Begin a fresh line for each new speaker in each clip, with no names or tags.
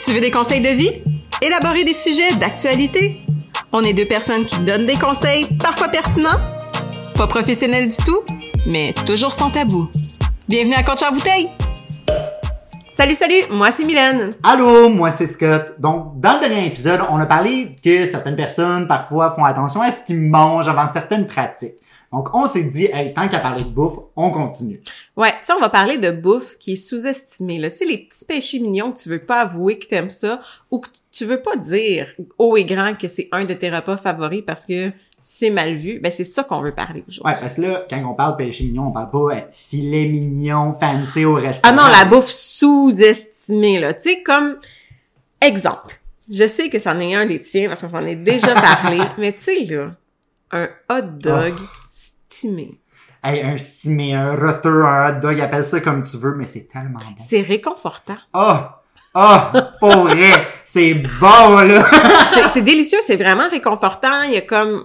Tu veux des conseils de vie? Élaborer des sujets d'actualité? On est deux personnes qui donnent des conseils, parfois pertinents, pas professionnels du tout, mais toujours sans tabou. Bienvenue à Coach en bouteille! Salut, salut! Moi, c'est Mylène.
Allô, moi c'est Scott. Donc, dans le dernier épisode, on a parlé que certaines personnes parfois font attention à ce qu'ils mangent avant certaines pratiques. Donc, on s'est dit, hey, tant qu'à parler de bouffe, on continue.
Ouais, tu sais, on va parler de bouffe qui est sous-estimée. là. Tu sais, les petits péchés mignons que tu veux pas avouer que t'aimes ça ou que tu veux pas dire haut et grand que c'est un de tes repas favoris parce que c'est mal vu. Ben, c'est ça qu'on veut parler aujourd'hui.
Ouais, parce que là, quand on parle péché mignon, on parle pas euh, filet mignon, fancy au
Ah
restaurant.
non, la bouffe sous-estimée, là. Tu sais, comme exemple. Je sais que c'en est un des tiens parce qu'on s'en est déjà parlé, mais tu sais, là, un hot dog stimé.
Hey, un stimé, un roteur, un hot dog, appelle ça comme tu veux, mais c'est tellement bon.
C'est réconfortant.
Ah! Ah! Pour vrai! C'est bon, là!
C'est- C'est délicieux, c'est vraiment réconfortant. Il y a comme...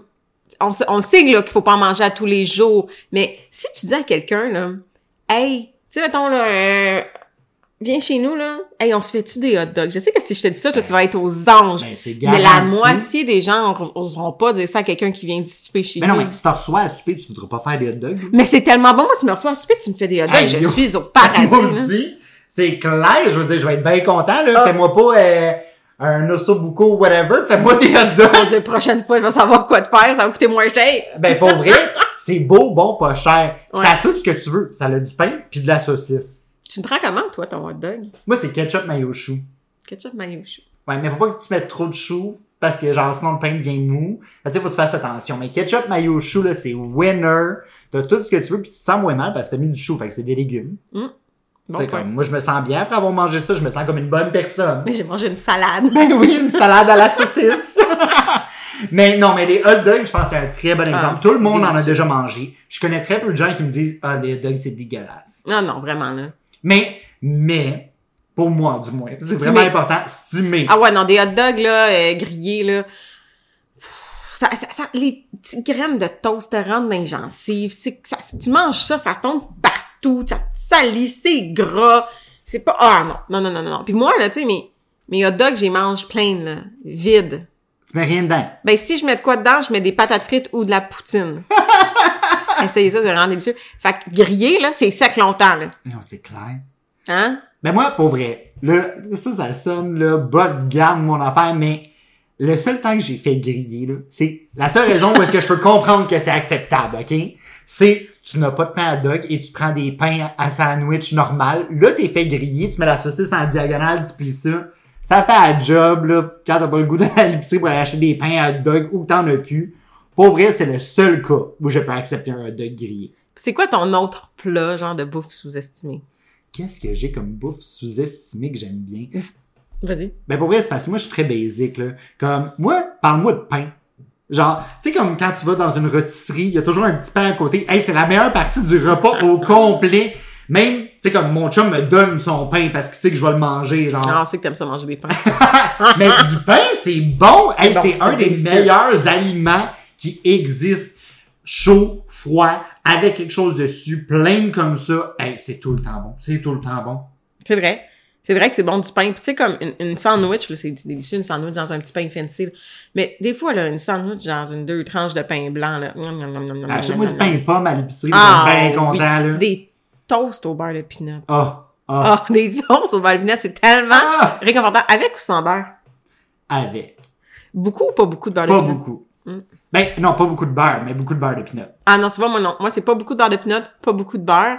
On, se- on le sait là, qu'il faut pas en manger à tous les jours, mais si tu dis à quelqu'un, là, « Hey, tu sais, mettons, là, euh, viens chez nous, là. Hey, on se fait-tu des hot dogs? » Je sais que si je te dis ça, toi, tu vas être aux anges.
Ben, c'est
mais la
garanti.
moitié des gens n'oseront pas dire ça à quelqu'un qui vient de souper chez
Mais
nous.
non, mais si tu reçois à souper, tu voudras pas faire des hot dogs.
Mais c'est tellement bon, moi, tu me reçois en souper, tu me fais des hot dogs,
Hey,
je
yo.
suis au paradis.
Moi
là.
aussi. C'est clair, je veux dire, je vais être bien content, là.
Ah.
Fais-moi pas euh, un osso buco ou whatever. Fais-moi des hot
Mon
dogs.
Dieu, prochaine fois, je vais savoir quoi te faire, ça va coûter moins cher.
ben, pour vrai, c'est beau, bon, pas cher.
Ouais.
Ça a tout ce que tu veux. Ça a du pain puis de la saucisse.
Tu me prends comment, toi, ton hot dog?
Moi, c'est ketchup mayo chou.
Ketchup mayo chou.
Ouais, mais faut pas que tu mettes trop de chou parce que, genre, sinon le pain devient mou. Fait que, Tu sais, faut que tu fasses attention. Mais ketchup mayo chou, là, c'est winner. T'as tout ce que tu veux puis tu te sens moins mal parce que t'as mis du chou. Fait que c'est des légumes.
Bon
Tu sais,
point.
comme, moi, je me sens bien après avoir mangé ça. Je me sens comme une bonne personne.
Mais j'ai mangé une salade.
Ben oui, une salade à la saucisse. mais non, mais les hot dogs, je pense que c'est un très bon exemple.
Ah,
Tout le monde en a
délicieux.
déjà mangé. Je connais très peu de gens qui me disent Ah, les hot dogs, c'est dégueulasse.
Ah Non, non, vraiment, là.
Mais, mais, pour moi, du moins, c'est
Stimé.
vraiment important, stimé.
Ah ouais, non, des hot dogs, là, euh, grillés, là. Pff, Ça, ça, ça- les petites graines de toast te rentrent dans les gencives. C'est que ça- tu manges ça, ça tombe partout. Ça te salit, c'est gras. C'est pas... Ah non, non, non, non, non. Puis moi, là, tu sais, mes, mes hot dogs, je les mange pleines, là. Vides.
Tu mets rien dedans.
Ben, si je mets de quoi dedans, je mets des patates frites ou de la poutine. Essayez ça, c'est vraiment délicieux. Fait que grillé, là, c'est sec longtemps, là.
Non, c'est clair.
Hein?
Mais moi, pour vrai, là, ça, ça sonne, là, bas de gamme, mon affaire, mais le seul temps que j'ai fait griller, là, c'est la seule raison où est-ce que je peux comprendre que c'est acceptable, OK? C'est, tu n'as pas de pain à dog et tu prends des pains à sandwich normal. Là, t'es fait griller, tu mets la saucisse en diagonale, tu plies ça. Ça fait un job, là, quand t'as pas le goût d'aller à l'épicerie pour aller acheter des pains à dog ou que t'en as plus. Pour vrai, c'est le seul cas où je peux accepter un hot dog grillé.
C'est quoi ton autre plat, genre de bouffe sous-estimée?
Qu'est-ce que j'ai comme bouffe sous-estimée que j'aime bien?
Vas-y.
Ben pour vrai, c'est parce que moi je suis très basique là. Comme moi, parle-moi de pain. Genre, tu sais comme quand tu vas dans une rôtisserie, il y a toujours un petit pain à côté. Hey, c'est la meilleure partie du repas au complet. Même, tu sais comme mon chum me donne son pain parce qu'il sait que je vais le manger, genre.
Non, Ah. on sait que t'aimes ça manger des pains.
Mais du pain, c'est bon. Hey,
C'est bon,
c'est
c'est
un des
délicieux.
meilleurs aliments qui existent. Chaud, froid, avec quelque chose dessus, plein comme ça. Hey, c'est tout le temps bon. C'est tout le temps bon.
c'est vrai. C'est vrai que c'est bon du pain. Puis tu sais, comme une, une sandwich, là, c'est délicieux, une sandwich dans un petit pain fancy. là. Mais des fois, là, une sandwich dans une deux tranches de pain blanc, là. Nom, nom, nom, nom, nom,
Achète-moi
nom,
du
nom.
pain pomme à l'épicerie,
Ah,
je suis bien
oui.
content, là.
Des toasts au beurre de peanut.
Ah, ah.
Ah, des toasts au beurre de peanut, c'est tellement
Ah!
réconfortant. Avec ou sans beurre?
Avec.
Beaucoup ou pas beaucoup de beurre de
Pas
peanut?
beaucoup.
Mm.
Ben, non, pas beaucoup de beurre, mais beaucoup de beurre de peanut.
Ah non, tu vois, moi non. Moi, c'est pas beaucoup de beurre de peanut, pas beaucoup de beurre.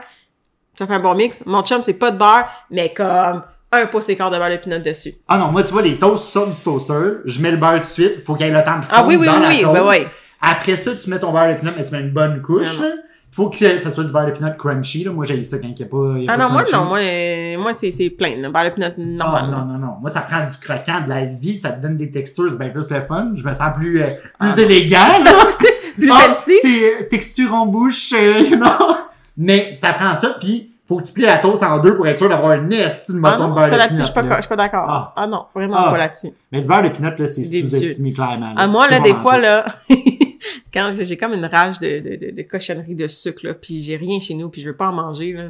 Ça fait un bon mix. Mon chum, c'est pas de beurre, mais comme un pouce et quart de beurre de peanut dessus.
Ah non, moi, tu vois, les toasts sortent du toaster, je mets le beurre tout de suite, faut qu'il y ait le temps de fondre
Ah oui, oui,
dans
oui,
la
oui,
toast.
ben oui.
Après ça, tu mets ton beurre de peanut, mais tu mets une bonne couche,
Ah non.
là. Faut que ça soit du beurre de peanut crunchy, là. Moi, j'ai ça quand il n'y a pas. il y a
Ah
pas
non, moi
crunchy.
non, moi, euh, moi c'est, c'est plein, là. Beurre de peanut
Ah,
normal.
non,
là.
non, non. Moi, ça prend du croquant, de la vie, ça te donne des textures, c'est bien plus le fun. Je me sens plus, euh,
Ah
plus élégant, là.
Plus
Ah,
fancy.
C'est euh, texture en bouche, euh, you know. Mais ça prend ça, puis faut que tu plies la toast en deux pour être sûr d'avoir un estime de
Ah
mouton de
non,
beurre
ça
de
là-dessus, je
peanut,
suis pas,
là.
je suis pas d'accord. Ah.
Ah.
non, vraiment
Ah.
pas là-dessus.
Mais du beurre de peanut, là, c'est
C'est délicieux.
sous-estimé clairement.
Ah, moi,
C'est
là, des
vraiment
fois,
tout.
là, quand j'ai j'ai comme une rage de, de, de, de cochonnerie de sucre, là, puis j'ai rien chez nous, puis je veux pas en manger, là,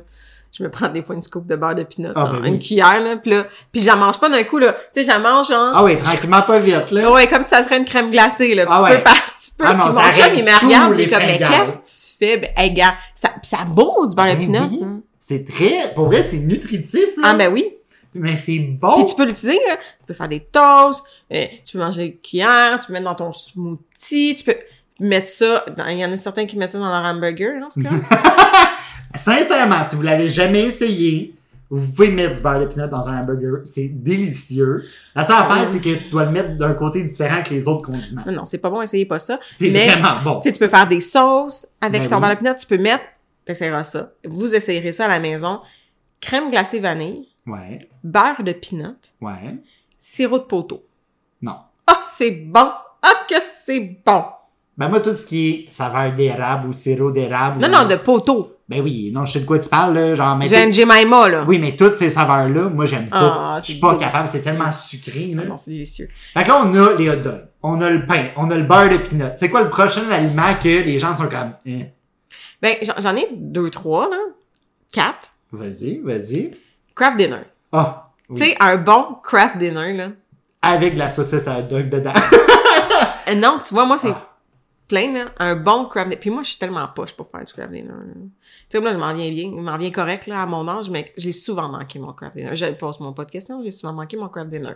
je me prends des fois une scoop de beurre de pinot,
Ah, ben
hein,
oui.
une cuillère, là, pis là, pis je la mange pas d'un coup, là. Tu sais, je la mange, genre,
Ah oui, tranquillement, pas vite, là.
Ah ouais, comme si ça serait une crème glacée, là, petit
Ah ouais.
peu par petit peu.
Ah non,
Puis
ça
mon chum, il
règle
me regarde, il
tous
est
les
comme, mais
fringales.
qu'est-ce que tu fais? Ben, hey, gars, ça, pis ça beau, du beurre de
Ben
pinot.
oui. C'est très, pour vrai, c'est nutritif, là.
hein. Ah, ben oui.
Mais c'est bon.
Puis tu peux l'utiliser, là. Tu peux faire des toasts, euh, tu peux manger des cuillères, tu peux mettre dans ton smoothie, tu peux mettre ça, dans- il y en a certains qui mettent ça dans leur hamburger, hein, ce cas.
Sincèrement, si vous l'avez jamais essayé, vous pouvez mettre du beurre de pinot dans un hamburger. C'est délicieux. La seule
Ah.
affaire, c'est que tu dois le mettre d'un côté différent que les autres condiments.
non, non, c'est pas bon, essayez pas ça.
C'est
Ah. Mais-
vraiment bon.
Tu sais, tu peux faire des sauces avec
Ben
ton
oui.
beurre de pinot, tu peux mettre, t'essayeras ça. Vous essayerez ça à la maison. Crème glacée vanille,
Ouais,
beurre de pinot,
ouais.
sirop de poteau.
Non.
Ah, c'est bon! Ah, que c'est bon!
Ben moi, tout ce qui est saveur d'érable ou sirop d'érable.
Non,
ou-
non, de poteau.
Ben oui, non, je sais de quoi tu parles, là. Genre, mais.
J'ai un
tout-
Jemima, là.
Oui, mais toutes ces saveurs-là, moi, j'aime pas.
Ah,
je suis
c'est
pas
délicieux.
capable, c'est tellement sucré, là.
Ah non, c'est délicieux.
Fait que là, on a les hot dogs, on a le pain, on a le beurre de pinot. C'est quoi le prochain aliment que les gens sont comme, eh,
Ben, j'en j'en ai deux, trois, là. Quatre.
vas-y, vas-y.
Craft dinner.
Ah! oui.
Tu sais, un bon craft dinner, là.
Avec de la saucisse à hot dog dedans.
Euh, non, tu vois, moi, c'est
Ah.
plein, là. Un bon craft dinner. Puis moi, je suis tellement poche pour faire du craft dinner. là. Tu sais, comme là, je m'en viens bien. Je m'en viens correct, là, à mon âge, mais j'ai souvent manqué mon craft dinner. Je pose mon pas de questions, j'ai souvent manqué mon craft dinner.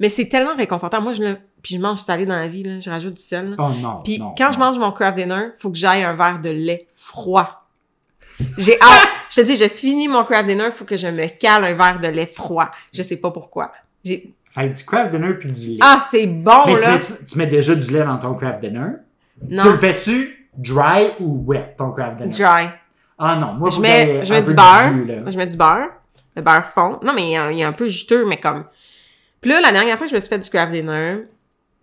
Mais c'est tellement réconfortant. Moi, je le... Puis je mange salé dans la vie, là. Je rajoute du sel, là.
Oh non.
Puis
non,
quand je
non.
mange mon craft dinner, faut que j'aille un verre de lait froid. J'ai hâte. Je te dis, je finis mon craft dinner, faut que je me cale un verre de lait froid. Je sais pas pourquoi. J'ai...
Avec du craft dinner puis du lait.
Ah, c'est bon,
mais tu
là!
mets, tu, tu mets déjà du lait dans ton craft dinner.
Non.
Tu le fais-tu dry ou wet, ton craft dinner?
Dry.
Ah non, moi,
Je
faut qu'il y
mets,
ait
je
un
mets
peu
du
de
beurre.
jus, là.
je mets du beurre. Le beurre fond. Non, mais il est un- il est un peu juteux, mais comme... Puis là, la dernière fois que je me suis fait du craft dinner,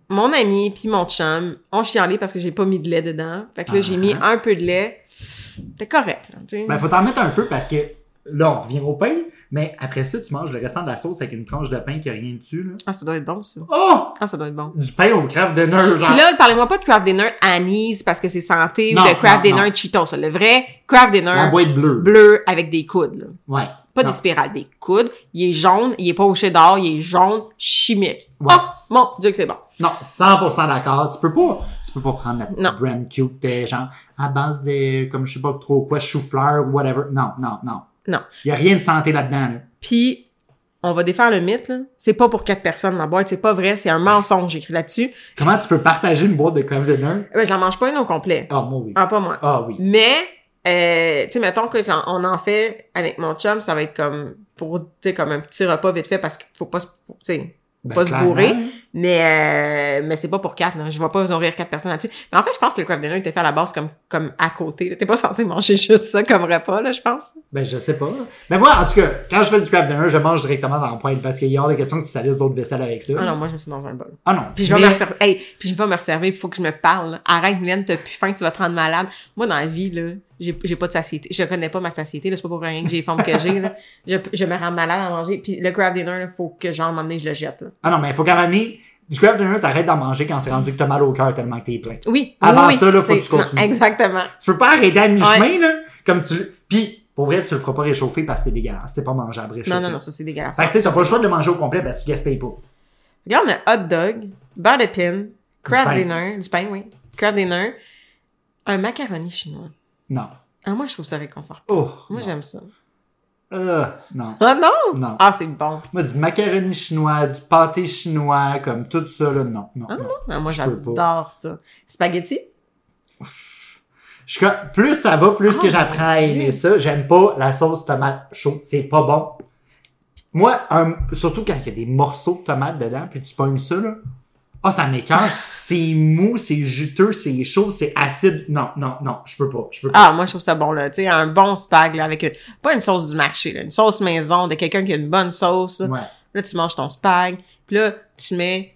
mon ami puis mon chum ont chialé parce que j'ai pas mis de lait dedans. Fait que là, j'ai mis un peu de lait. C'était correct, là, tu sais.
Ah. Ben, faut t'en mettre un peu parce que là, on revient au pain, mais après ça, tu manges le restant de la sauce avec une tranche de pain qui a rien dessus, là.
Ah, ça doit être bon, ça.
Oh!
Ah, ça doit être bon.
Du pain au craft dinner, genre.
Puis là, parlez-moi pas de craft dinner anise parce que c'est santé
Ah. Non,
ou de craft
non,
dinner
non.
Cheetos. là. Le vrai craft
la
dinner
boîte bleue.
bleu avec des coudes. là.
Ouais.
Pas
Non.
des spirales, des coudes. Il est jaune, il est pas au cheddar, il est jaune chimique.
Ouais.
Oh mon Dieu que c'est bon.
Non, 100% d'accord. Tu peux pas, tu peux pas prendre la petite
Non.
brand cute, euh, genre, à base de, comme je sais pas trop quoi, chou-fleur, whatever. Non, non, non.
Non.
Y a rien de santé là-dedans, là.
Puis, on va défaire le mythe. là. C'est pas pour quatre personnes la boîte, c'est pas vrai, c'est un mensonge écrit là-dessus.
Comment tu peux partager une boîte de craft dinner?
Eh Ben, je la mange pas une au complet.
Ah, moi oui.
Ah, pas moi.
Ah oui.
Mais, euh, tu sais, mettons que j'en- on en fait avec mon chum, ça va être comme pour, tu sais, comme un petit repas vite fait parce qu'il faut pas se, faut- tu sais,
Ben,
pas se
clairement,
bourrer.
hein.
Mais, euh, mais c'est pas pour quatre, là. Je vois pas ils ont rire quatre personnes là-dessus. Mais en fait, je pense que le craft dinner était fait à la base comme, comme à côté. là. T'es pas censé manger juste ça comme repas, là, je pense.
Ben, je sais pas. Ben, moi, en tout cas, quand je fais du craft dinner, je mange directement dans le poêle parce qu'il y a hors de question que tu salisses d'autres vaisselles avec ça.
Ah non, moi, je me suis dans un bol.
Ah non.
Puis je vais
Mais-
me resservir. Hey, puis je vais me resservir, il faut que je me parle. là. Arrête, Mylène, t'as plus faim, tu vas te rendre malade. Moi, dans la vie, là, j'ai j'ai pas de satiété. Je connais pas ma satiété, là. C'est pas pour rien que j'ai les formes que j'ai, là. Je, je me rends malade à manger. Puis le craft dinner, là, faut que j'en m'emmener, je le jette, là.
Ah non, mais faut qu'à un moment donné, du craft dinner, t'arrêtes d'en manger quand c'est rendu que t'as mal au cœur tellement que t'es plein.
Oui.
Avant
oui, oui,
ça, là, faut que
c'est-
tu continues.
non, exactement.
Tu peux pas arrêter à mi-chemin, là. Comme tu le- Puis, pour vrai, tu le feras pas réchauffer parce que c'est dégueulasse. C'est pas mangeable réchauffé.
Non, non, non, ça, c'est dégueulasse.
Fait que, tu sais, t'as pas le choix de le manger au complet parce que tu gaspilles pas.
Là, on a hot dog, beurre de pin,
pain.
crab dinner, du pain, oui. Crab dinner, un macaroni chinois.
Non.
Ah, moi, je trouve ça réconfortant.
Oh.
Moi,
non.
j'aime ça.
Euh, non.
Ah non!
Non.
Ah, c'est bon.
Moi, du macaroni chinois, du pâté chinois, comme tout ça, là, non. Non.
Ah
non.
non, Ah, moi,
Je peux pas.
j'adore ça. Spaghetti?
Je suis comme- plus ça va, plus
Ah,
que j'apprends à
mon
aimer
Dieu.
ça. J'aime pas la sauce tomate chaude. C'est pas bon. Moi, un- surtout quand il y a des morceaux de tomate dedans, puis tu pognes ça, là. Ah, ça m'écarte. c'est mou, c'est juteux, c'est chaud, c'est acide. Non, non, non, je peux pas. Je peux pas.
Ah, moi, je trouve ça bon, là. Tu sais, un bon spag, là, avec une- pas une sauce du marché, là, une sauce maison de quelqu'un qui a une bonne sauce.
Ouais.
Là, tu manges ton spag. Puis là, tu mets...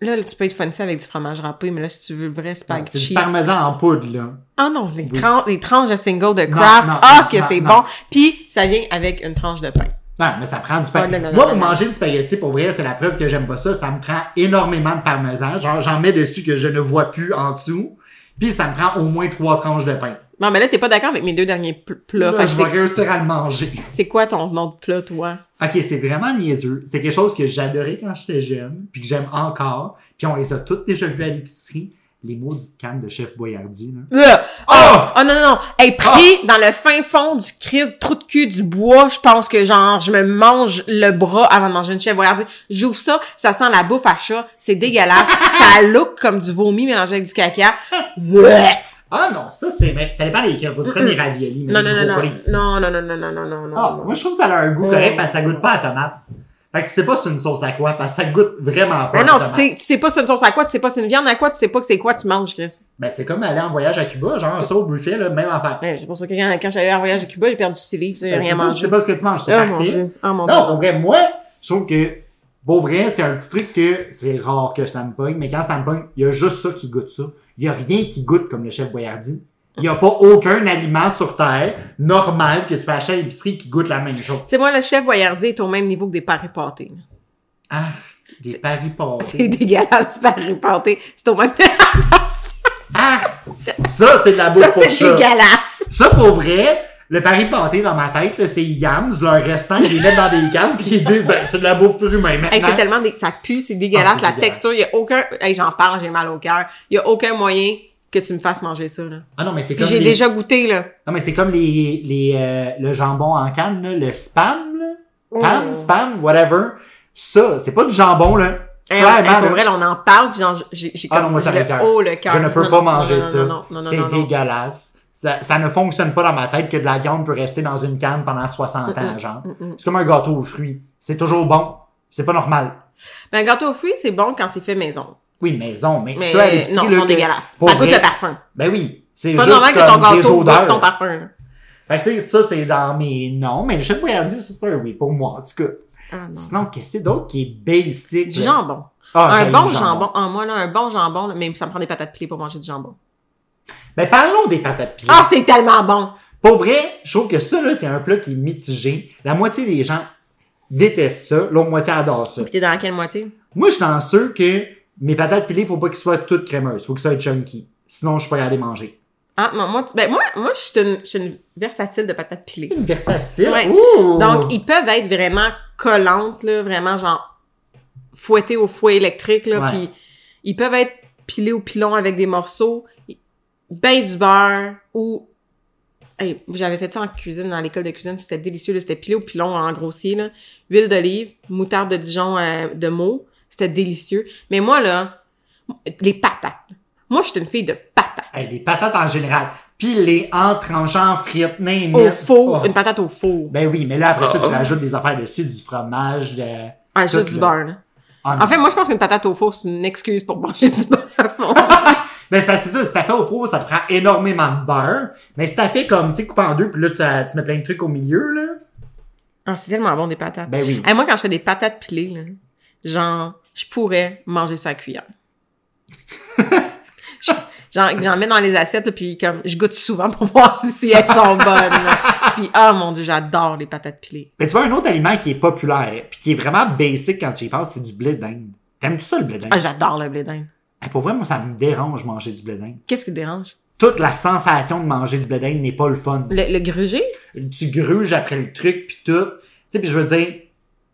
Là, là, tu peux être fancy avec du fromage râpé, mais là, si tu veux le vrai spag
Ah, C'est du
cheap,
parmesan en poudre, là.
Ah non, les,
Oui.
tran- les tranches de single de craft,
non,
ah
non,
que
non,
c'est
non.
bon. Puis ça vient avec une tranche de pain.
Non, mais ça prend du
Ah, non,
parmesan.
non,
Moi,
non,
pour
non.
manger du spaghetti, pour vrai, c'est la preuve que j'aime pas ça. Ça me prend énormément de parmesan. Genre, j'en mets dessus que je ne vois plus en dessous. Puis ça me prend au moins trois tranches de pain.
Bon, mais là, t'es pas d'accord avec mes deux derniers pl- plats.
Là,
Fait que
je vais
c'est-
réussir à le manger.
c'est quoi ton nom de plat, toi?
OK, c'est vraiment niaiseux. C'est quelque chose que j'adorais quand j'étais jeune, puis que j'aime encore. Puis on les a toutes déjà vus à l'épicerie. Les maudites cannes de Chef Boyardi,
Ah!
là. Ah!
Oh non, non, non. Hey, pris dans le fin fond du crise, trou de cul du bois, je pense que genre, je me mange le bras avant de manger une chèvre. Regardez, j'ouvre ça, ça sent la bouffe à chat, c'est dégueulasse, ça look comme du vomi mélangé avec du caca. Ouais.
Ah non, c'est pas c'est mais ça dépend lesquels. Vous prenez les ravioli, mais
Non,
les
non, non,
gros,
non,
pas les petits.
non, non, non, non, non, non, non, non.
Ah, moi je trouve que ça a un goût
Ouais.
correct parce que ça goûte pas à tomate. Fait que tu sais pas c'est une sauce à quoi, parce que ça goûte vraiment pas
Mais
à
non, tu
tomate.
sais, tu sais pas c'est une sauce à quoi, tu sais pas c'est une viande à quoi, tu sais pas que c'est quoi tu manges, Chris.
Ben c'est comme aller en voyage à Cuba, genre ça au buffet, là, même affaire.
Ouais, c'est pour ça que quand, quand j'allais en voyage à Cuba, j'ai perdu 6 livres, tu sais, j'ai
Ben, c'est
rien
ça, Tu sais
mangé.
pas ce que tu manges, c'est
Oh mon
parfait.
dieu, oh mon dieu.
Non, pour vrai, moi, je trouve que, pour vrai, c'est un petit truc que c'est rare que ça me pogne, mais quand ça me pogne, il y a juste ça qui goûte ça. Il y a rien qui goûte comme le chef Boyardi. Il n'y a pas aucun aliment sur Terre normal que tu peux acheter à l'épicerie qui goûte la même chose.
Tu sais, moi, le chef voyardier est au même niveau que des paris pâtés.
Ah, des paris
C'est
passés.
dégueulasse, du paris pâté. C'est au même
Ah, ça, c'est de la bouffe
Ça,
pour
c'est
ça.
dégueulasse.
Ça, pour vrai, le pari pâté dans ma tête, là, c'est Yams, leur restant, ils les mettent dans des cannes, puis ils disent, ben, c'est de la bouffe pour humain
Hey,
maintenant.
c'est tellement dé- ça pue, c'est dégueulasse.
Ah, c'est
la
dégueulasse.
texture, il y a aucun. Hey, j'en parle, j'ai mal au cœur. Il y a aucun moyen que tu me fasses manger ça là.
Ah non, mais c'est
Puis
comme
j'ai
les-
déjà goûté là.
Non, mais c'est comme les, les, euh, le jambon en canne, là, le spam, là. Pam,
Mm.
spam, whatever. Ça, c'est pas du jambon, là.
Hey,
Clairement,
hey, pour
là,
vrai, là, on en parle, puis genre, j'ai j'ai
Ah
comme
non, moi, ça
j'ai
m'écoeure.
le haut le cœur.
je ne peux
Non,
pas
non, non,
manger
non,
ça.
Non, non, non, non,
c'est
non, non.
dégueulasse. Ça, ça ne fonctionne pas dans ma tête que de la viande peut rester dans une canne pendant 60 ans, genre. C'est comme un gâteau aux fruits. C'est toujours bon. C'est pas normal.
Mais Ben, un gâteau aux fruits, c'est bon quand c'est fait maison.
Oui, maison, mais,
Mais
ça, à l'épicerie,
non,
là,
ils sont
que-
dégueulasses.
pour
Ça goûte
vrai,
le parfum.
Ben oui. C'est
C'est pas
juste
normal que ton
comme des
gâteau goûte
odeurs.
ton parfum. là.
Fait que, tu sais, ça, c'est dans mes noms, mais le chef Boyardi, c'est un oui pour moi, en tout cas.
Ah non.
Sinon, qu'est-ce que c'est d'autre qui est basic?
Du
là?
jambon.
Ah,
un
j'aime
bon
le
jambon. En moi, là, un bon jambon, là, mais ça me prend des patates pilées pour manger du jambon.
Ben, parlons des patates pilées.
Ah, c'est tellement bon!
Pour vrai, je trouve que ça, là, c'est un plat qui est mitigé. La moitié des gens détestent ça, l'autre moitié adore ça.
Puis t'es dans quelle moitié?
Moi, je suis dans ceux que mes patates pilées, faut pas qu'elles soient toutes crémeuses. Faut que ça soit chunky. Sinon, je suis pas allé manger.
Ah, non, moi, tu- ben, moi, moi, je suis une, je suis une versatile de patates pilées.
Versatile.
Ouais.
Ouh!
Donc, ils peuvent être vraiment collantes, là, vraiment, genre, fouettées au fouet électrique, là,
Ouais.
puis ils peuvent être pilés au pilon avec des morceaux, ben du beurre, ou... Hey, J'avais fait ça en cuisine, dans l'école de cuisine, puis c'était délicieux, là, c'était pilé au pilon en grossier, là, huile d'olive, moutarde de Dijon euh, de Meaux, c'était délicieux. Mais moi, là, les patates. Moi, je suis une fille de patates.
Hey, les patates en général. Pilées en tranchant, frites, name
Au
it.
four,
Oh.
une patate au four.
Ben oui, mais là, après ça,
Oh.
tu rajoutes des affaires dessus, du fromage, de...
Ah, juste
tout
du
le-
beurre, là.
Ah, non.
En fait, moi, je pense qu'une patate au four, c'est une excuse pour manger du beurre
Ben, c'est parce que c'est ça, si t'as fait au four, ça te prend énormément de beurre. Mais si t'as fait comme, tu sais, coupé en deux, puis là, t'as- tu mets plein de trucs au milieu, là.
Ah, c'est tellement bon, des patates.
Ben oui.
Hey, moi, quand je fais des patates pilées, là, genre, je pourrais manger ça à cuillère. Je- J'en, j'en mets dans les assiettes, là, puis comme, je goûte souvent pour voir si, si elles sont bonnes. là. Puis, ah mon Dieu, j'adore les patates pilées.
Mais tu vois, un autre aliment qui est populaire, puis qui est vraiment basic quand tu y penses, c'est du blé d'Inde. T'aimes-tu ça, le blé d'Inde?
Ah, j'adore le blé d'Inde.
Hey, pour vrai, moi, ça me dérange manger du blé d'Inde.
Qu'est-ce qui te dérange?
Toute la sensation de manger du blé d'Inde n'est pas le fun.
Le, le grugé?
Tu gruges après le truc, puis tout. Tu sais, puis je veux dire,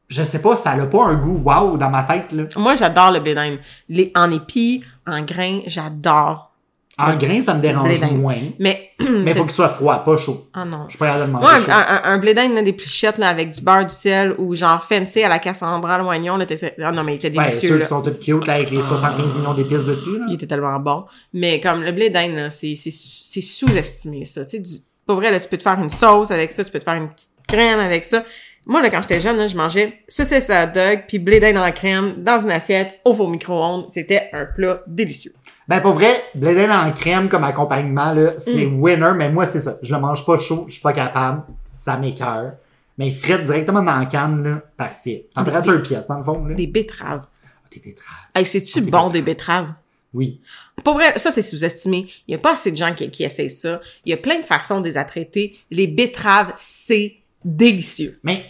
je sais pas, ça a pas un goût wow dans ma tête, là.
Moi, j'adore le blé d'Inde. Les, en épis, en grains, j'adore.
En grain, ça me
blé
dérange
d'Inde.
moins.
Mais,
Mais faut qu'il soit froid, pas chaud.
ah non.
Je suis pas capable de le
Moi,
manger
un,
chaud.
un, un- un blé d'Inde, là, des pluchettes, là, avec du beurre, du sel, ou genre fancy à la Cassandra Loignon, là, t'essaies- Ah non, mais il était
Ouais,
délicieux,
Ben, ceux
là.
qui sont tous cute, là, avec
Ah.
les 75 millions d'épices dessus, là.
Il était tellement bon. Mais comme le blé d'Inde, là, c'est, c'est, c'est sous-estimé, ça. Tu sais, du... pas vrai, là, tu peux te faire une sauce avec ça, tu peux te faire une petite crème avec ça. Moi, là, quand j'étais jeune, là, je mangeais saucisse à hot dog, puis blé d'Inde en crème, dans une assiette, au four micro-ondes. C'était un plat délicieux.
Ben, pour vrai, blé d'Inde en crème comme accompagnement, là, c'est
Mm.
winner, mais moi, c'est ça. Je le mange pas chaud, je suis pas capable. Ça m'écœure. Mais frites directement dans la canne, là, parfait. Température pièce, dans le fond, là.
Des betteraves.
Ah, Des betteraves.
Hey, c'est-tu
Des
bon, des betteraves?
Oui.
Pour vrai, ça c'est sous-estimé. Il y a pas assez de gens qui, qui essayent ça. Il y a plein de façons de les apprêter. Les betteraves, c'est délicieux.
Mais,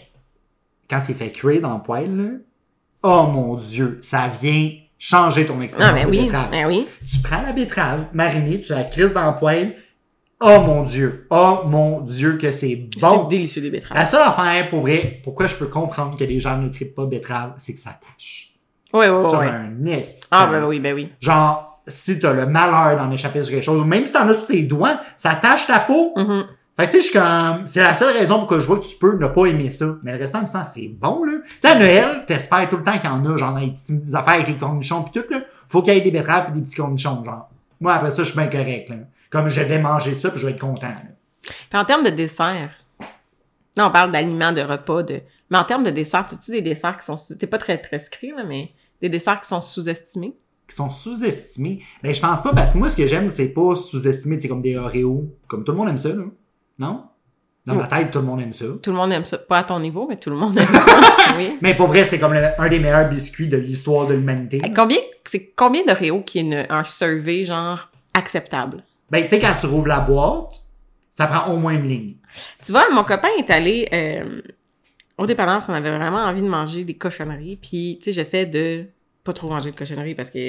quand t'es fait cuire dans le poêle, là, oh mon dieu, ça vient changer ton
Ah,
expérience
ben
de
oui.
betterave.
Ben oui.
Tu prends la betterave marinée, tu la crises dans le poêle. Oh mon Dieu! Oh mon Dieu que c'est bon!
C'est délicieux, les betteraves.
La seule affaire, pour vrai, pourquoi je peux comprendre que les gens ne trippent pas betterave, c'est que ça tâche.
Ouais, ouais,
Ah, Sur
Oh, ouais. ouais.
un est.
Ah, ben oui, ben oui.
Genre, si t'as le malheur d'en échapper sur quelque chose, ou même si t'en as sur tes doigts, ça tâche ta peau.
Mhm.
Fait que tu sais, je suis comme, c'est la seule raison pourquoi je vois que tu peux ne pas aimer ça. Mais le restant du temps, c'est bon, là. Tu sais, à Noël, t'espères tout le temps qu'il y en a, genre, dans les petites affaires avec les cornichons pis tout, là. Faut qu'il y ait des betteraves pis des petits cornichons, genre. Moi, après ça, je suis bien correct, là. Comme je vais manger ça pis je vais être content, là.
Puis en termes de dessert, là, on parle d'aliments, de repas, de. Mais en termes de dessert, tu tu des desserts qui sont. sous- T'es pas très prescrit, là, mais des desserts qui sont sous-estimés.
Qui sont sous-estimés. Mais je pense pas, parce que moi, ce que j'aime, c'est pas sous-estimé, c'est comme des Oreos. Comme tout le monde aime ça, là. Non? Dans ma tête, tout le monde aime ça.
Tout le monde aime ça. Pas à ton niveau, mais tout le monde aime ça. oui.
Mais pour vrai, c'est comme le- un des meilleurs biscuits de l'histoire de l'humanité.
Hey, combien, c'est combien d'Oreo qui est une- un survey, genre, acceptable?
Ben, tu sais, quand tu rouvres la boîte, ça prend au moins une ligne.
Tu vois, mon copain est allé euh, au dépanneur parce qu'on avait vraiment envie de manger des cochonneries. Puis, tu sais, j'essaie de pas trop manger de cochonneries parce que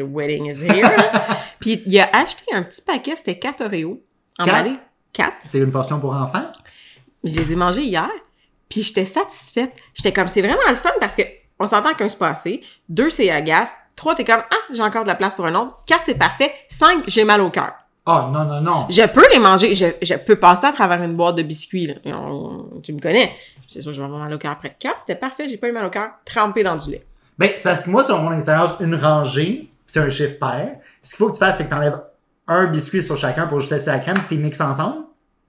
euh, wedding is here. là. Puis, il a acheté un petit paquet, c'était 4 Oreos. Emballés. 4.
C'est une portion pour enfants.
Je les ai mangés hier. Puis, j'étais satisfaite. J'étais comme, c'est vraiment le fun parce que on s'entend qu'un se passé. Deux, c'est agace. Trois, t'es comme, ah, j'ai encore de la place pour un autre. Quatre, c'est parfait. Cinq, j'ai mal au cœur.
Oh non, non, non.
Je peux les manger. Je, je peux passer à travers une boîte de biscuits. Là. Et on- tu me connais. C'est sûr, je vais avoir mal au cœur après. Quatre, c'était parfait. J'ai pas eu mal au cœur. Trempé dans du lait.
Ben, c'est parce que moi, selon mon expérience, une rangée, c'est un chiffre pair. Ce qu'il faut que tu fasses, c'est que t'enlèves un biscuit sur chacun pour juste laisser la crème, puis tu mixes ensemble.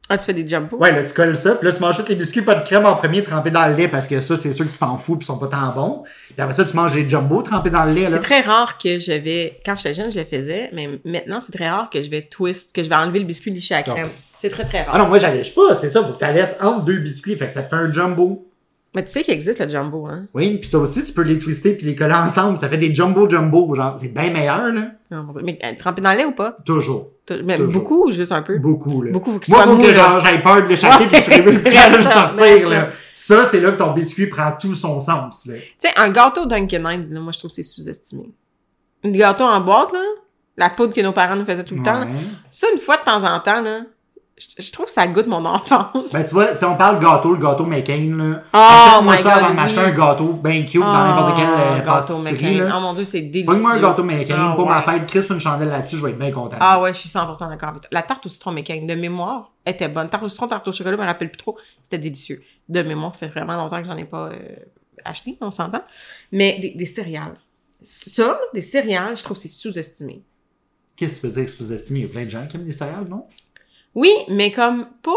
Ah, tu fais des jumbo?
Ouais, là, tu colles ça, puis là, tu manges tous les biscuits, pas de crème en premier, trempés dans le lait, parce que ça, c'est sûr que tu t'en fous, puis ils sont pas tant bons. Puis après ça, tu manges les jumbo trempés dans le lait, là.
C'est très rare que je vais... Quand j'étais jeune, je le faisais. Mais maintenant, c'est très rare que je vais twist, que je vais enlever le biscuit liché à la crème. C'est très, très rare.
Ah non, moi, j'allège pas, c'est ça, faut que tu laisses entre deux biscuits, fait que ça te fait un jumbo.
Mais tu sais qu'il existe le jumbo, hein?
Oui, puis ça aussi, tu peux les twister puis les coller ensemble. Ça fait des jumbo jumbo, genre, c'est bien meilleur, là.
Non, mon Dieu. Mais euh, trempé dans le lait ou pas?
Toujours.
Tout- Mais
Toujours.
beaucoup ou juste un peu?
Beaucoup, là.
Beaucoup, faut qu'il
Moi,
soit
faut
mou,
que
là.
genre, j'aille peur de l'échapper puis je suis
Ouais,
prêt à le sortir,
vraiment,
là. Ça, c'est là que ton biscuit prend tout son sens, là.
Tu sais, un gâteau Dunkin' Hines, là, moi, je trouve que c'est sous-estimé. Un gâteau en boîte, là, la poudre que nos parents nous faisaient tout le temps, là,
Ouais.
Ça, une fois de temps en temps, là, je, je trouve que ça goûte mon enfance.
Ben, tu vois, si on parle gâteau, le gâteau McCain, là.
Oh
achète-moi
my
ça
God,
avant de m'acheter
oui. Oh,
un gâteau bien cute dans n'importe quelle euh,
gâteau
pâtisserie,
McCain.
là.
Oh mon dieu, c'est délicieux.
Pogne-moi un gâteau McCain
Ah
pour ma
ouais.
fête, crisse une chandelle là-dessus, je vais être bien content.
Ah ouais, je suis 100% d'accord avec toi. La tarte au citron McCain, de mémoire, était bonne. Tarte au citron, tarte au chocolat, je me rappelle plus trop. C'était délicieux. De mémoire, ça fait vraiment longtemps que j'en ai pas euh, acheté, on s'entend. Mais des, des céréales. Ça, là, des céréales, je trouve que c'est sous-estimé.
Qu'est-ce que tu veux dire sous-estimé? Il y a plein de gens qui aiment les céréales, non?
Oui, mais comme pas...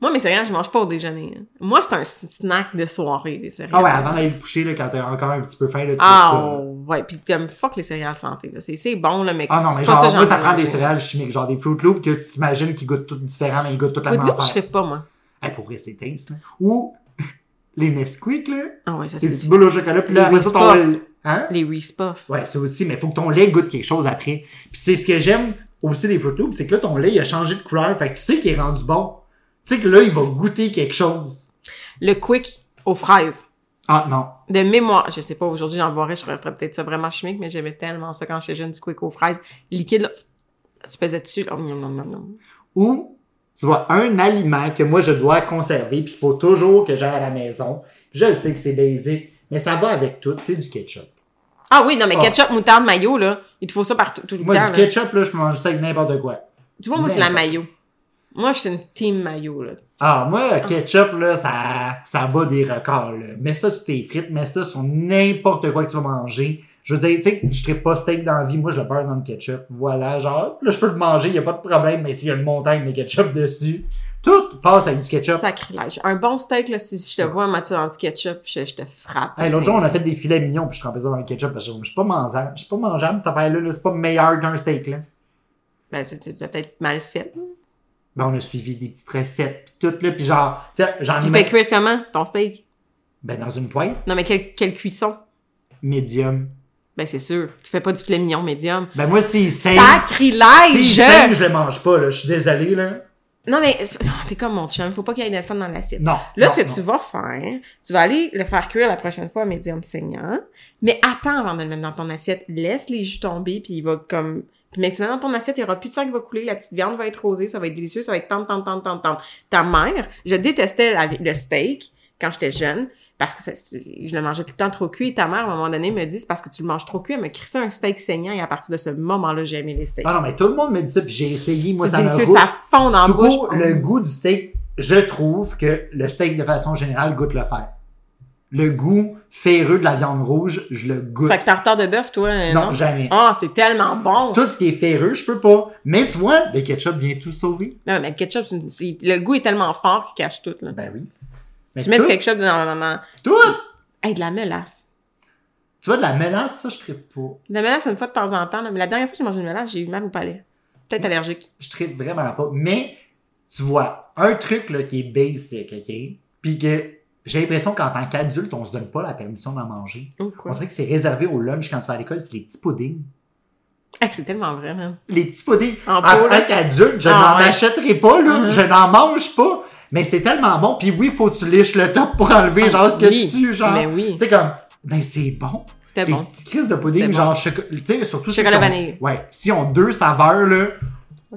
Moi, mes céréales, je mange pas au déjeuner. hein. Moi, c'est un snack de soirée, des céréales.
Ah ouais, avant d'aller le coucher, là, quand t'es encore un petit peu faim, là, tu fais ça,
Ah
là.
ouais, puis comme fuck les céréales santé là, c'est c'est bon là mais
Ah non, mais
c'est pas
genre,
que
moi, ça
j'ai
prend des
mangé.
céréales chimiques, genre des Fruit Loops que tu t'imagines qui goûtent toutes différents, mais ils goûtent toutes la
Faut de
même
l'eau, je
affaire.
serais pas moi.
Hey, pour vrai, c'est tince, là. Ou les Nesquik, là.
Ah ouais, ça c'est
Les petites
délicieux.
boules au chocolat, puis là,
Les
après ça,
Reese
ton... Hein?
les Reese Puffs.
Ouais, ça aussi, mais faut que ton lait goûte quelque chose après. Puis c'est ce que j'aime aussi des Fruit Loops, c'est que là, ton lait, il a changé de couleur, fait que tu sais qu'il est rendu bon. Tu sais que là, il va goûter quelque chose.
Le Quick aux fraises.
Ah non.
De mémoire, je sais pas aujourd'hui j'en boirais, je ferais peut-être ça vraiment chimique mais j'aimais tellement ça quand j'étais jeune du Quick aux fraises liquide là. Tu pesais dessus. là. Oh, non, non, non, non.
ou tu vois un aliment que moi je dois conserver puis qu'il faut toujours que j'aille à la maison. Je le sais que c'est basic, mais ça va avec tout, c'est du ketchup.
Ah oui, non mais
Ah.
ketchup, moutarde, mayo là, il te faut ça partout tout le
Moi
temps.
du
là.
ketchup Ben, là, je peux manger ça avec n'importe quoi.
Tu vois moi c'est la
N'importe.
mayo. Moi je suis une team mayo là.
Ah moi ketchup là, ça ça bat des records là. Mets ça sur tes frites, mets ça sur n'importe quoi que tu vas manger. Je veux dire, tu sais, je serais pas steak dans la vie, moi je le beurre dans le ketchup. Voilà, genre, là je peux le manger, y a pas de problème, mais tu sais, y a une montagne de ketchup dessus. Tout passe avec du ketchup.
Sacrilège. Un bon steak là si je te vois Mathieu dans du ketchup, je, je te frappe.
Hey, L'autre jour, on a fait des filets mignons, puis je trempais ça dans le ketchup, parce que je suis pas mangeable. Je suis pas mangeable, cette affaire-là, là, c'est pas meilleur qu'un steak, là.
Ben, c'est c'est peut-être mal fait.
Ben, on a suivi des petites recettes, pis tout, là, puis genre, tu sais, j'en ai
Tu
mis-
fais cuire comment ton steak?
ben, dans une poêle,
Non, mais quelle, quelle cuisson?
médium.
Ben, c'est sûr. Tu fais pas du filet mignon médium.
Ben, moi, si c'est saigne,
Sacrilège!
s'il saigne, je le mange pas, là, je suis désolé, là.
Non, mais c'est- t'es comme mon chum, faut pas qu'il y ait de la dans l'acide.
Non.
Là,
non,
ce que
non.
tu vas faire, tu vas aller le faire cuire la prochaine fois à médium saignant, mais attends avant de le mettre dans ton assiette. Laisse les jus tomber, puis il va comme... Puis mec, tu mets dans ton assiette, il y aura plus de sang qui va couler, la petite viande va être rosée, ça va être délicieux, ça va être tente, tente, tente, tente, tente. Ta mère, je détestais la vi- le steak quand j'étais jeune, parce que ça- je le mangeais tout le temps trop cuit, et ta mère, à un moment donné, me dit, c'est parce que tu le manges trop cuit, elle me crissait un steak saignant, et à partir de ce moment-là, j'ai aimé les steaks.
Ah non, mais tout le monde me dit ça, puis j'ai essayé, moi,
C'est
ça me
délicieux,
roule.
ça fond en
Tout
bouche.
court, le goût du steak, je trouve que le steak, de façon générale, goûte le fer. Le goût féreux de la viande rouge, je le goûte.
Fait que tartare de bœuf, toi, euh,
non,
non?
jamais.
Ah, c'est tellement bon!
Tout ce qui est féreux, je peux pas. Mais tu vois, le ketchup vient tout sauver.
Non, mais le ketchup, c'est une- c'est- le goût est tellement fort qu'il cache tout, là.
Ben oui. Mais
tu mets
tout,
du ketchup dans, dans, dans...
tout!
Hey, de la mélasse.
Tu vois, de la mélasse, ça, je tripe pas.
De la mélasse, une fois de temps en temps, là, mais la dernière fois que j'ai mangé de mélasse, j'ai eu mal au palais. Peut-être allergique.
Je tripe vraiment pas. Mais, tu vois, un truc, là, qui est basic, OK? Puis que j'ai l'impression qu'en tant qu'adulte, on se donne pas la permission d'en manger.
Ou
On
quoi?
dirait que c'est réservé au lunch quand tu vas à l'école, c'est les petits puddings.
Hey, c'est tellement vrai, man.
les petits puddings.
En
En,
pot, là.
tant qu'adulte, je
Ah,
n'en
ouais.
achèterai pas, là.
Mhm.
Je n'en mange pas. Mais c'est tellement bon. Puis oui, faut que tu liches le top pour enlever, genre, ce que
Oui,
tu, genre.
Mais
Tu
oui,
sais, comme, ben, c'est bon.
c'était
Les
bon.
petites crises de pudding,
C'était bon.
genre, choco- tu sais, surtout. si
Chocolat
on-
vanille.
Ouais. Si on deux saveurs, là.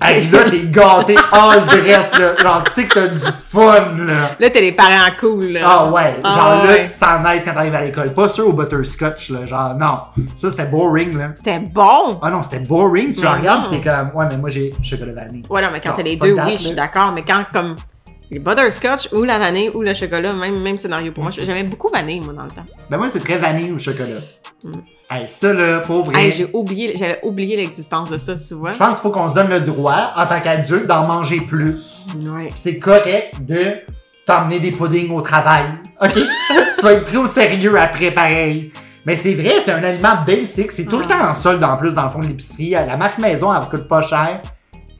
Hey, là, t'es gâté all dress, là. Genre, tu sais que t'as du fun, là.
Là, t'es les parents cool, là.
Ah ouais,
Ah
genre là,
ouais.
tu t'en aises quand t'arrives à l'école. Pas sûr au butterscotch, là, genre, non. Ça, c'était boring, là.
C'était bon!
Ah non, c'était boring. Tu
Mais
la regardes
non.
pis t'es comme, ouais, mais moi j'ai chocolat vanille.
Ouais, non, mais quand
Non,
t'as les
fuck
deux,
that,
oui,
là.
je suis d'accord, mais quand, comme, les butterscotch ou la vanille ou le chocolat, même, même scénario pour moi. J'aimais beaucoup vanille, moi, dans le temps.
Ben moi, c'est très vanille ou chocolat.
Mm.
Hey, ça là, pour vrai.
Hey, j'ai oublié, j'avais oublié l'existence de ça, tu vois.
je pense qu'il faut qu'on se donne le droit, en tant qu'adulte, d'en manger plus.
Ouais.
Pis c'est correct de t'emmener des puddings au travail. OK? tu vas être pris au sérieux après, pareil. Mais c'est vrai, c'est un aliment basic. C'est tout le
Ah.
temps en solde, en plus, dans le fond de l'épicerie. La marque maison, elle coûte pas cher.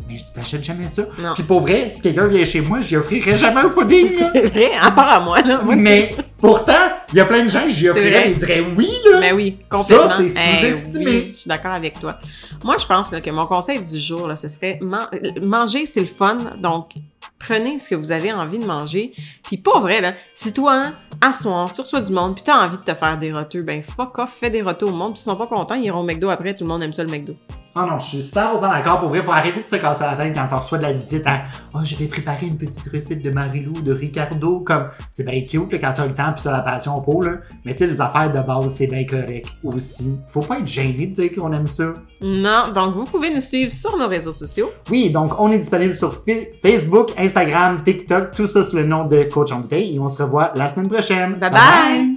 Mais t'achètes jamais ça.
Non.
Puis pour vrai, si quelqu'un vient chez moi, j'y offrirais jamais un pudding. là.
C'est vrai, à part à moi, là. Moi,
Mais pourtant, il y a plein de gens que j'y offrirais
vrai.
et ils diraient oui, là.
Ben oui, complètement.
Ça, c'est
Eh
sous-estimé.
oui, je suis d'accord avec toi. Moi, je pense là, que mon conseil du jour, là, ce serait man- manger, c'est le fun. Donc, prenez ce que vous avez envie de manger. Puis, pas vrai, là, si toi, hein, à soir, tu reçois du monde, puis t'as envie de te faire des roteux, ben fuck off, fais des roteux au monde. Puis, s'ils sont pas contents, ils iront au McDo après. Tout le monde aime ça, le McDo.
Ah non, je suis 100% d'accord. Pour vrai, faut arrêter de se casser la tête quand on reçoit de la visite. Hein. Oh, je vais préparer une petite recette de Marilou, de Ricardo. Comme, c'est bien cute là, quand t'as le temps pis t'as la passion pour, là. Mais tu sais, les affaires de base, c'est bien correct aussi. Faut pas être gêné de dire qu'on aime ça.
Non, donc, vous pouvez nous suivre sur nos réseaux sociaux.
Oui, donc on est disponible sur Fi- Facebook, Instagram, TikTok, tout ça sous le nom de Coach en bouteille. Et on se revoit la semaine prochaine.
Bye-bye.